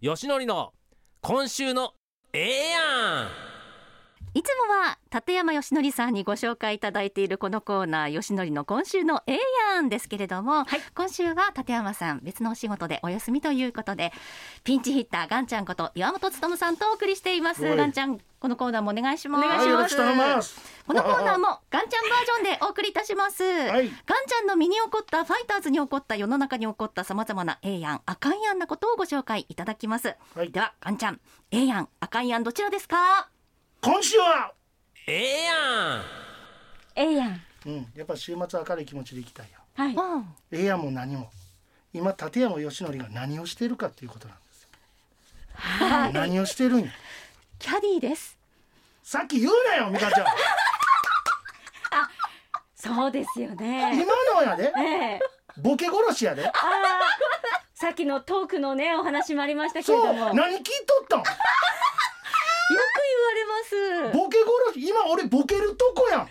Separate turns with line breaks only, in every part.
よしのりの今週のええやん
いつもは立山よしのりさんにご紹介いただいているこのコーナーよしのりの今週のええやんですけれども、今週は立山さん別のお仕事でお休みということでピンチヒッターガンちゃんこと岩本勉さんとお送りしています
はい
ガンちゃんこのコーナーもお願いします
お願いしますはいよろしく頼みます
このコーナーもガンちゃんバージョンでお送りいたします、
い
ガンちゃんの身に起こったファイターズに起こった世の中に起こったさまざまなええやんあかんやんなことをご紹介いただきます、
はい
ではガンちゃんええやんあかんやんどちらですか
今週は、
ええやん
ええやん。
うん、やっぱ週末明るい気持ちでいきたいよ
はい。
うん
ええやんも何も今立山義則が何をしているかっていうことなんですよ、何をしてるんや
キャディーです
さっき言うなよ美香ちゃん
そうですよね。
今のやで
ええ
ボケ殺しやで
ああ。さっきのトークのね、お話もありましたけれ
そ
ど
う
も。よく
何聞いとったん
言われます。
ボケ殺し今俺ボケるとこやんあれ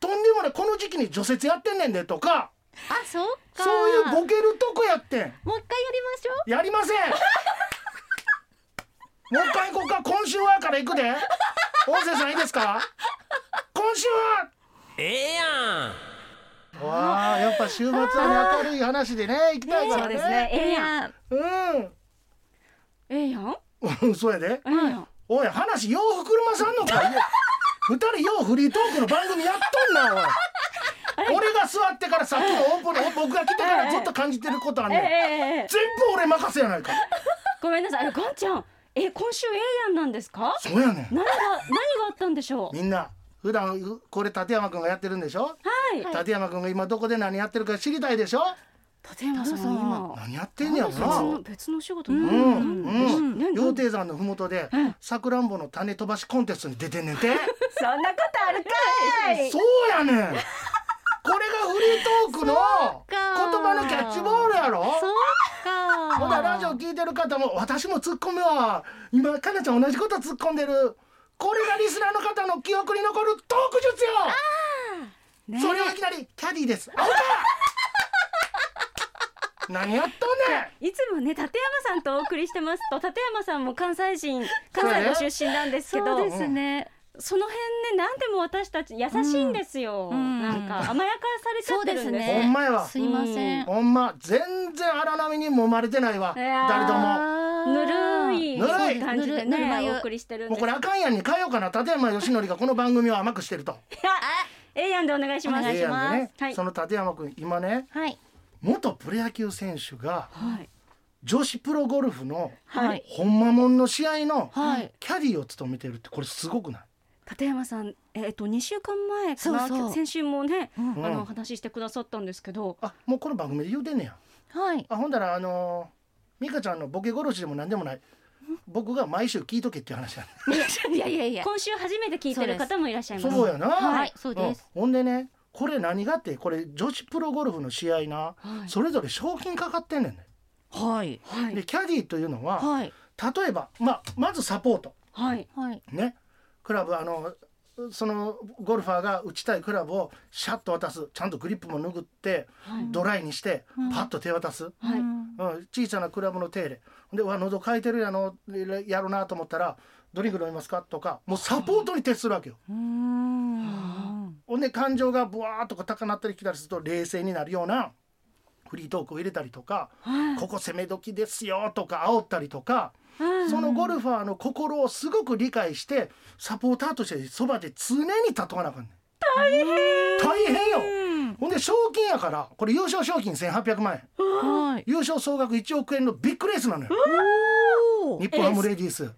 とんでもないこの時期に除雪やってんねんでとか
あ、そうか。
そういうボケるとこやってん
もう一回やりましょう。
やりませんもう一回行こうか今週はから行くで音声さんいいですか今週は
ええやん
わあやっぱ週末は明るい話でね行きたいか
そう
らね
ですね。ええやん。
やん。
ええやん。
うんそうやで
ええやん。
おい話よう膨らまさんのかいや二人ようフリートークの番組やっとんなおい俺が座ってからさっきのオープン僕が来てからずっと感じてることあん
え
ね
え
ん
ええええ
全部俺任せやないか
ごめんなさい。あの、ガンちゃん。え、今週ええやんなんですか。
そうやねん
何が、何があったんでしょう。
みんな普段うこれ立山君がやってるんでしょ
はい。
立山君が今どこで何やってるか知りたいでしょ
立山さん、
立山
今。
何やってんねやろ
別
な
の、別の仕事。
う
なん
う
んなん
ん
なん
羊蹄山のふもとで
うん
さくらんぼの種飛ばしコンテストに出てんねんて
そんなことあるかい。
そうやねんこれがフリートークの言葉のキャッチボールやろ
そうか。
ほんだらラジオ聞いてる方も私もツッコむわ今かなちゃん同じこと突っ込んでるこれがリスナーの方の記憶に残るトーク術よ
ね
それをいきなりキャディですあんた何やっとんねん
いつもね立山さんとお送りしてますと立山さんも関西人関西の出身なんですけど
そ
そう
ですね。
の辺ね何でも私たち優しいんですよ、
うん
なんか甘やかされちゃってるんです
そうですね
ほんまやわ
すいません。
ほんま全然荒波に揉まれてないわ
いやー
誰とも
ぬるい
ぬるい
感じ
ぬ
で
るいぬるま
ね
湯
お送りしてるん
もう
です
これあかんやんに変えようかな立山義則がこの番組を甘くしてると
ええやんでお願いします
お願いします
ええやんでね、
はい
その立山君今ね
はい。
元プロ野球選手が
はい
女子プロゴルフの
はい、
はい
ほんまもんの試合の
はい
キャディーを務めてるってこれすごくない
立山さんえっと2週間前かな
そうそう
先週もね、
うん
あ
うん
のお話ししてくださったんですけど
あもうこの番組で言うてんねや
はい。
あほんだらあのー美香ちゃんのボケ殺しでも何でもない僕が毎週聞いとけっていう話やね
いやいやいや。
今週初めて聞いてる方もいらっしゃいます
そうやな、
はい、そうです。
うんほんでねこれ何がってこれ女子プロゴルフの試合な、
はい
それぞれ賞金かかってんねんね
はい。
はい
でキャディーというのは、
はい。
例えば、まあ、まずサポート
はい
はい。
ねクラブあのそのゴルファーが打ちたいクラブをシャッと渡すちゃんとグリップも拭って
はい
ドライにして、
うん
パッと手渡す、
はい
うん
うん小さなクラブの手入れで「うわ喉かいてるやのやろな」と思ったら「ドリンク飲みますか?」とかもうサポートに徹するわけよ。
うん。
ほんで感情がブワーッとこう高鳴ったり来たりすると冷静になるようなフリートークを入れたりとか「ここ攻め時ですよ」とか煽ったりとかそのゴルファーの心をすごく理解してサポーターとしてそばで常に立とわなあかんねん大変よほんで賞金やからこれ優勝賞金1800万円
はい。
優勝総額1億円のビッグレースなのよ日本ハムレディース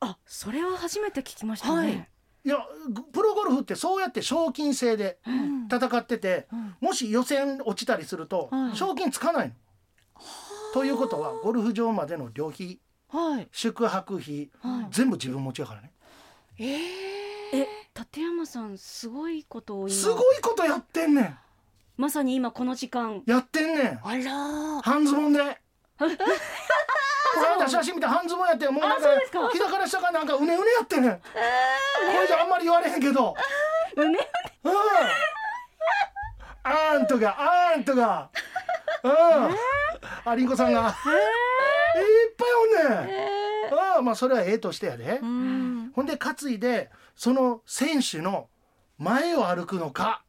あ、それは初めて聞きましたね。
いやプロゴルフってそうやって賞金制で
うん
戦ってて
うん
もし予選落ちたりすると
はい
賞金つかないの。ということはゴルフ場までの旅費
はい。
宿泊費
はい
全部自分持ちやからね
え、立山さんすごいことを今
すごいことやってんねん
まさに今この時間。
やってんねん
あら。
半ズ ボンでこの間写真見て半ズボンやってもうなんか
ですか
膝から下がなんかうねうねやってんねんこれじゃあんまり言われへんけど
うね。
うんあんとがあんとがうんありんこさんがいっぱいあまあそれはええとしてやで、
うん
ほんで担いでその選手の前を歩くのか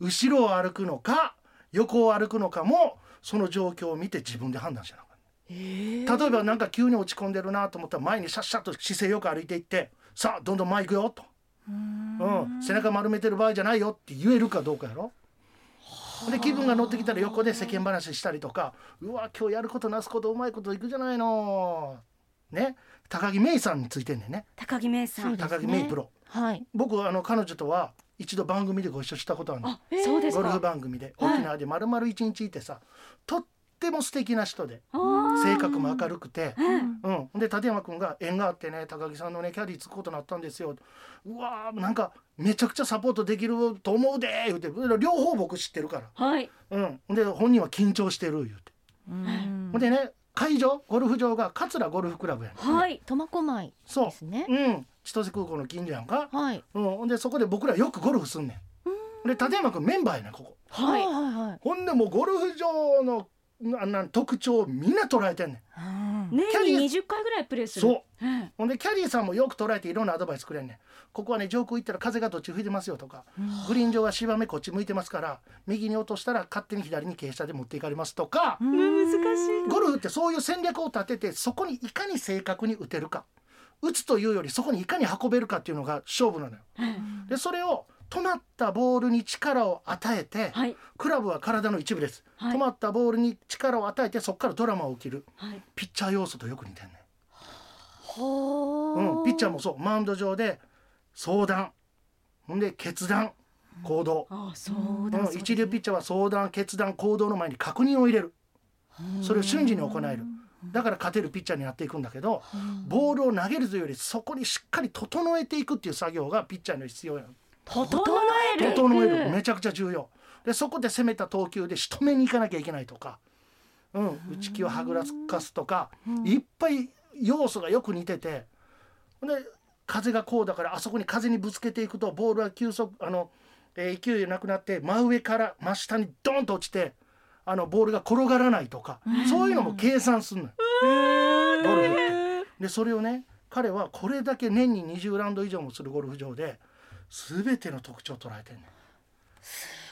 後ろを歩くのか横を歩くのかもその状況を見て自分で判断しなあかん例えばなんか急に落ち込んでるなと思ったら前にシャッシャッと姿勢よく歩いていって「さあどんどん前行くよ」と、うん「背中丸めてる場合じゃないよ」って言えるかどうかやろ。で気分が乗ってきたら横で世間話したりとか「うわ今日やることなすことうまいこといくじゃないの」ね高木芽衣さんについてんねんね
高木芽さん。
高木芽衣プロ。
はい
僕あの彼女とは一度番組でご一緒したことあるの
あ、そうです
ゴルフ
か。
番組で
はい
沖縄で丸々一日いてさ、とっても素敵な人で
あー
性格も明るくて、
うん
うん、で立山君が縁があってね高木さんのねキャディーつくことになったんですようわーなんかめちゃくちゃサポートできると思うでー言うて両方僕知ってるか
はい。
ら、うん、で本人は緊張してる言うて、
うん
ほんでね会場ゴルフ場が桂ゴルフクラブやねん
はい。
苫小牧
そ
ですね
う、うん、千歳空港の近所やんか、
はい
うん、ほんでそこで僕らよくゴルフすんねん。で立山君メンバーやねんここ。
はい。
はいはい
ほんでもうゴルフ場のななん特徴をみんな捉えてんねん。
うん
年に二十回ぐらいプレーする。
そう
うん。
ほんでキャディーさんもよく捉えていろんなアドバイスくれんねん。ここはね上空行ったら風がどっち吹いてますよとか、グリーン上は芝目こっち向いてますから右に落としたら勝手に左に傾斜で持っていかれますとか、
難しい。
ゴルフってそういう戦略を立ててそこにいかに正確に打てるか打つというよりそこにいかに運べるかっていうのが勝負なのよ。でそれを止まったボールに力を与えて、
はい。
クラブは体の一部です、
はい
止まったボールに力を与えてそこからドラマを起きる
はい。
ピッチャー要素とよく似てんね
ほ
ん、うん、ピッチャー
も
もそうマウンド上で相談ほんで決断行動、
あー、そう
う
だ。
ん、一流ピッチャーは相談決断行動の前に確認を入れるそれを瞬時に行えるだから勝てるピッチャーになっていくんだけどボールを投げるというよりそこにしっかり整えていくっていう作業がピッチャーには必要やん
整える。
整えるめちゃくちゃ重要でそこで攻めた投球で仕留めに行かなきゃいけないとか、うん、打ち気をはぐらかすとかいっぱい要素がよく似ててで風がこうだからあそこに風にぶつけていくとボールは急速あの、えー勢いがなくなって真上から真下にドーンと落ちてあのボールが転がらないとかそういうのも計算するのよ。ゴルフってでそれをね彼はこれだけ年に20ラウンド以上もするゴルフ場で全ての特徴を捉えてんね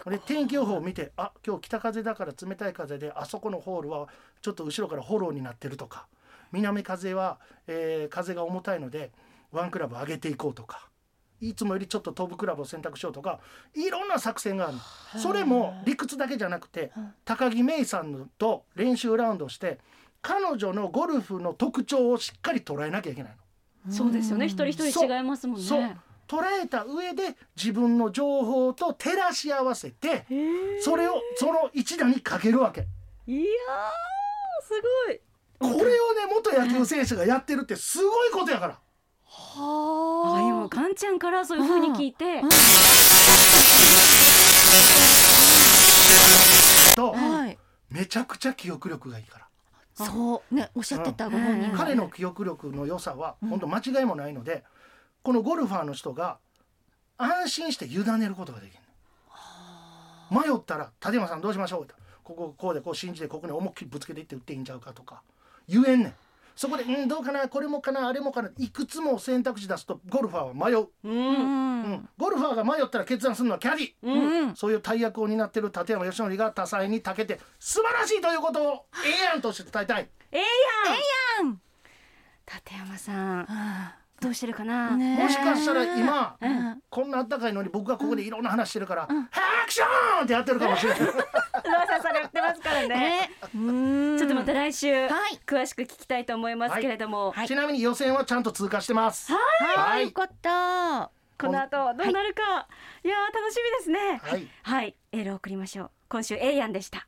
ん。で天気予報を見てあ今日北風だから冷たい風であそこのホールはちょっと後ろからフォローになってるとか南風は、えー風が重たいのでワンクラブ上げていこうとかいつもよりちょっと飛ぶクラブを選択しようとかいろんな作戦があるのそれも理屈だけじゃなくて高木芽衣さんのと練習ラウンドをして彼女のゴルフの特徴をしっかり捉えなきゃいけない
そうですよね。一人一人
そう
違いますもん
の。
ね。
そう捉えた上で自分の情報と照らし合わせてそれをその一打にかけるわけ。
いやーすごい。
これをね元野球選手がやってるってすごいことやから。
あ今カンちゃんからそういう風に聞いて、
と
はい
めちゃくちゃ記憶力がいいから。
そうねおっしゃってたご本人が
彼の記憶力の良さは本当間違いもないので、このゴルファーの人が安心して委ねることができるの迷ったら「立山さんどうしましょう?」ってこここうでこう信じてここに思いっきりぶつけていって打っていいんちゃうかとか言えんねんそこで「うんどうかなこれもかなあれもかないくつも選択肢出すとゴルファーは迷う、
うん
うんゴルファーが迷ったら決断するのはキャディ、
うん
そういう大役を担ってる立山義則が多彩に長けて素晴らしいということをええやんとして伝えたい
ええやん。え
えやん。
立山さん、どうしてるかな。
ね
もしかしたら今、
ん
こんなあったかいのに僕がここでいろんな話してるから「ハクション!」ってやってるかもしれない。
ロアさんそれ売ってますからね。
ねうん
ちょっとまた来週、
はい
詳しく聞きたいと思いますけれども、
ちなみに予選はちゃんと通過してます。は
はい
い
よかった
この後どうなるか、い、やー楽しみですね。
はい
はい、エールを送りましょう。今週エイヤンでした。